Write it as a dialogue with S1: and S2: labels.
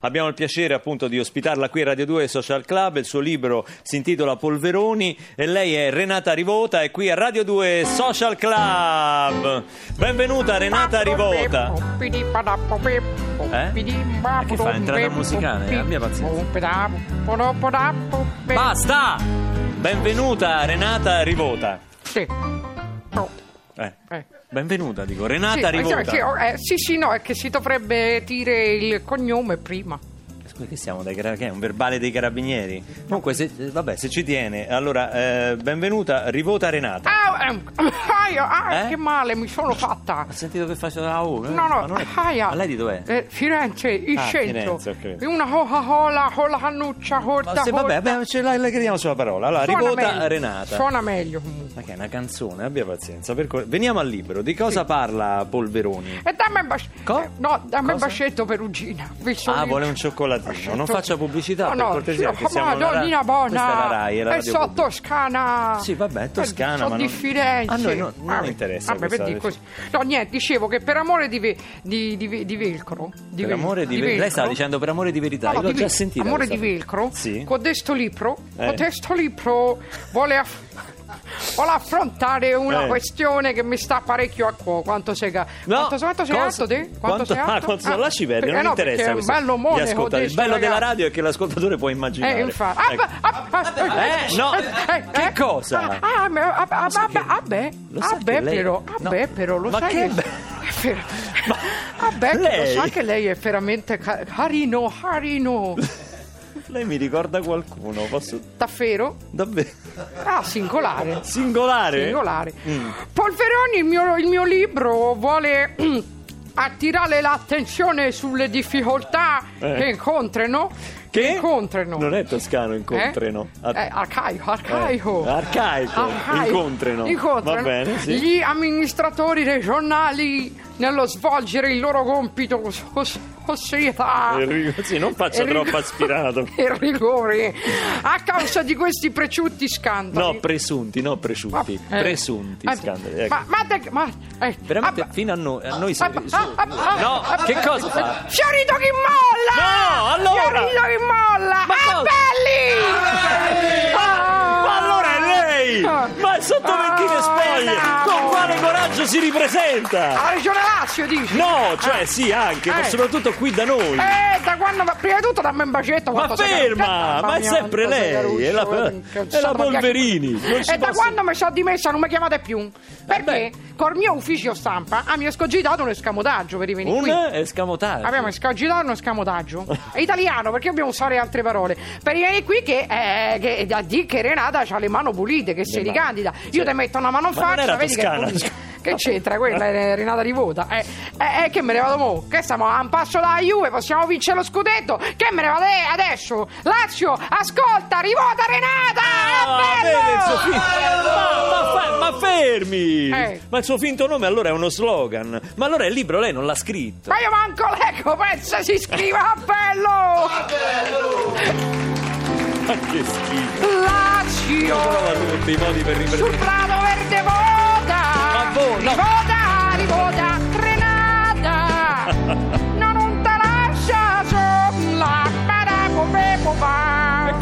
S1: Abbiamo il piacere appunto di ospitarla qui a Radio 2 Social Club, il suo libro si intitola Polveroni e lei è Renata Rivota e qui a Radio 2 Social Club. Benvenuta Renata Rivota.
S2: oh, Eh?
S1: Ma che fa, entrata musicale? Abbia pazienza.
S2: Basta!
S1: Basta! Benvenuta Renata Rivota.
S2: Sì. Oh,
S1: Eh,
S2: eh.
S1: benvenuta dico,
S2: Sì,
S1: Renata
S2: insomma, sì,
S1: Rivota.
S2: oh, eh, sì, sì, no, è che si dovrebbe dire il cognome prima.
S1: Scusa, che siamo dai cara- che è un verbale dei carabinieri? Comunque, se, eh, vabbè, se ci tiene, allora, eh, benvenuta Rivota Renata.
S2: Ah, ehm, aia, ah,
S1: Eh?
S2: che male mi sono fatta.
S1: Ha sentito che faccio la U? eh? Ma
S2: No, no,
S1: non è-
S2: aia.
S1: Ma lei di dov'è?
S2: Eh, Firenze, il
S1: Ah,
S2: centro.
S1: Firenze, ok.
S2: Una coca-cola con la cannuccia corta.
S1: Ma se, vabbè,
S2: corta.
S1: beh, ce la, la crediamo sulla parola. Allora,
S2: Suona
S1: Rivota
S2: meglio,
S1: Renata.
S2: Suona meglio comunque.
S1: Ma che è una canzone, abbia pazienza. per cor- Veniamo al libro. Di cosa parla Polveroni?
S2: E dammi un bacetto.
S1: Co-
S2: no, dammi un
S1: cosa?
S2: bacetto perugina. visto
S1: Ah,
S2: lì.
S1: vuole un cioccolatino.
S2: Bacetto.
S1: Non faccia pubblicità,
S2: No,
S1: per
S2: no,
S1: cortesia.
S2: sì,
S1: che siamo
S2: ma
S1: una ra-
S2: Donnina Bona.
S1: Questa è la Rai, è la
S2: E
S1: radio
S2: so
S1: pubblica.
S2: Toscana.
S1: Sì, vabbè, è Toscana,
S2: So
S1: ma
S2: di
S1: non-
S2: Firenze.
S1: A noi no- non
S2: Eh, Vabbè,
S1: interessa
S2: Vabbè,
S1: questa-
S2: per dire così. No, niente, dicevo che per amore di, ve- di, di, ve- di velcro. Di
S1: Per
S2: vel-
S1: amore di
S2: di
S1: ve- Lei stava
S2: velcro.
S1: dicendo per amore di verità.
S2: No,
S1: Io
S2: no,
S1: l'ho
S2: di
S1: già
S2: ve-
S1: sentita.
S2: Amore
S1: questa-
S2: di velcro.
S1: Sì.
S2: Con questo libro.
S1: Eh.
S2: Con questo libro vuole aff- vuole affrontare una
S1: Eh.
S2: questione che mi sta parecchio a cuore. Quanto sei, ga-
S1: No,
S2: quanto, quanto sei
S1: cosa-
S2: alto te? Quanto, sei
S1: Ah,
S2: alto?
S1: quanto- lasci perdere,
S2: perché
S1: non
S2: no,
S1: interessa.
S2: perché
S1: questo.
S2: È un bello mone.
S1: Gli ascoltatori. Il bello della radio è che l'ascoltatore può immaginare.
S2: cioè, Eh, infatti.
S1: Ecco.
S2: Ah, ah, ah,
S1: Eh, no, che cosa?
S2: Ah, ah, ma- ah, ah,
S1: sai
S2: vabbè,
S1: che-
S2: ah, beh,
S1: lo
S2: ah,
S1: sa
S2: beh,
S1: che lei-
S2: però, ah,
S1: no.
S2: beh, però, lo
S1: Ma
S2: sai
S1: che
S2: che...
S1: be-
S2: è ver-
S1: Ma-
S2: Ah, beh, che
S1: lei-
S2: lo sa che lei è veramente ca- carino, carino.
S1: Lei mi ricorda qualcuno, posso...
S2: Davvero?
S1: Davvero?
S2: Ah, singolare.
S1: Singolare?
S2: Singolare.
S1: Mm.
S2: Polveroni, il mio, il mio libro vuole mm, attirare l'attenzione sulle difficoltà
S1: Eh.
S2: che incontrano.
S1: Che?
S2: incontrano.
S1: Non è toscano, incontreno.
S2: Eh? Eh, arcaico, arcaico.
S1: Eh, arcaico,
S2: Arcaico.
S1: incontreno. Va
S2: Incontrano
S1: bene, sì.
S2: Gli amministratori regionali nello svolgere il loro compito con cos- società
S1: Eh, Enrico, sì, non faccia
S2: Enrico-
S1: troppo aspirato.
S2: e rigore a causa di questi preciutti scandali.
S1: No, presunti, no, presciutti.
S2: Eh.
S1: Presunti
S2: Eh,
S1: scandali. ecco.
S2: Ma, ma, te- ma- eh,
S1: Veramente,
S2: ah,
S1: fino a noi, a noi
S2: ah,
S1: siete-
S2: ah, ah, ah,
S1: No,
S2: ah,
S1: che
S2: ah,
S1: cosa
S2: ah,
S1: fa?
S2: Fiorito chi molla!
S1: No, allora!
S2: Fiorito chi molla!
S1: Ma cosa?
S2: ah, belli! Ah!
S1: Ma allora è lei!
S2: Ah.
S1: Ma è sotto ventine
S2: Ah,
S1: spoglie!
S2: bravo!
S1: Con quale coraggio si ripresenta?
S2: Alla regione Lazio dici?
S1: No, cioè sì, anche, ma
S2: Ah. Eh.
S1: soprattutto qui da noi.
S2: Eh, da quando... ma Prima di tutto dammi un bacetto quanto sei
S1: ferma,
S2: garuccio. Mamma
S1: ma è
S2: mia, eh,
S1: sempre
S2: quanto sei
S1: lei, è la-
S2: garuccio,
S1: è la
S2: sono
S1: Polverini,
S2: piaci-
S1: non ci
S2: E Eh, da
S1: posso-
S2: quando mi sono dimessa non mi chiamate più
S1: beh.
S2: Perché col mio ufficio stampa ah, mi è scogitato un escamotaggio per venire
S1: Un
S2: qui
S1: escamotaggio.
S2: Abbiamo scogitato uno scamotaggio È italiano, perché dobbiamo usare altre parole? Per venire qui che, eh, che da di che Renata ha le mani pulite, che si
S1: mani,
S2: ricandida. Io
S1: sì.
S2: ti metto una mano in
S1: Ma non era
S2: faccia, vedi che è
S1: toscana.
S2: pulita. Che c'entra quella è Renata Rivota? Eh, eh, eh, che me ne vado mo? Che stiamo a un passo dalla Juve, possiamo vincere lo scudetto? Che me ne vado eh, adesso? Lazio, ascolta, Rivota
S1: Ah,
S2: Renata! È
S1: vedi il suo
S2: bello!
S1: fin- Ma, ma fe- ma fermi!
S2: Eh.
S1: Ma il suo finto nome allora è uno slogan. Ma allora il libro lei non l'ha scritto.
S2: Ma io manco leggo, pensa si scriva a bello!
S1: Ah, Ma che schifo!
S2: Lazio!
S1: Trova tutti i modi per
S2: sul
S1: riprendere.
S2: prato verde vota
S1: Ma voi, no.
S2: rivota rivota Renata no non te lascia sola paramo bevo va
S1: E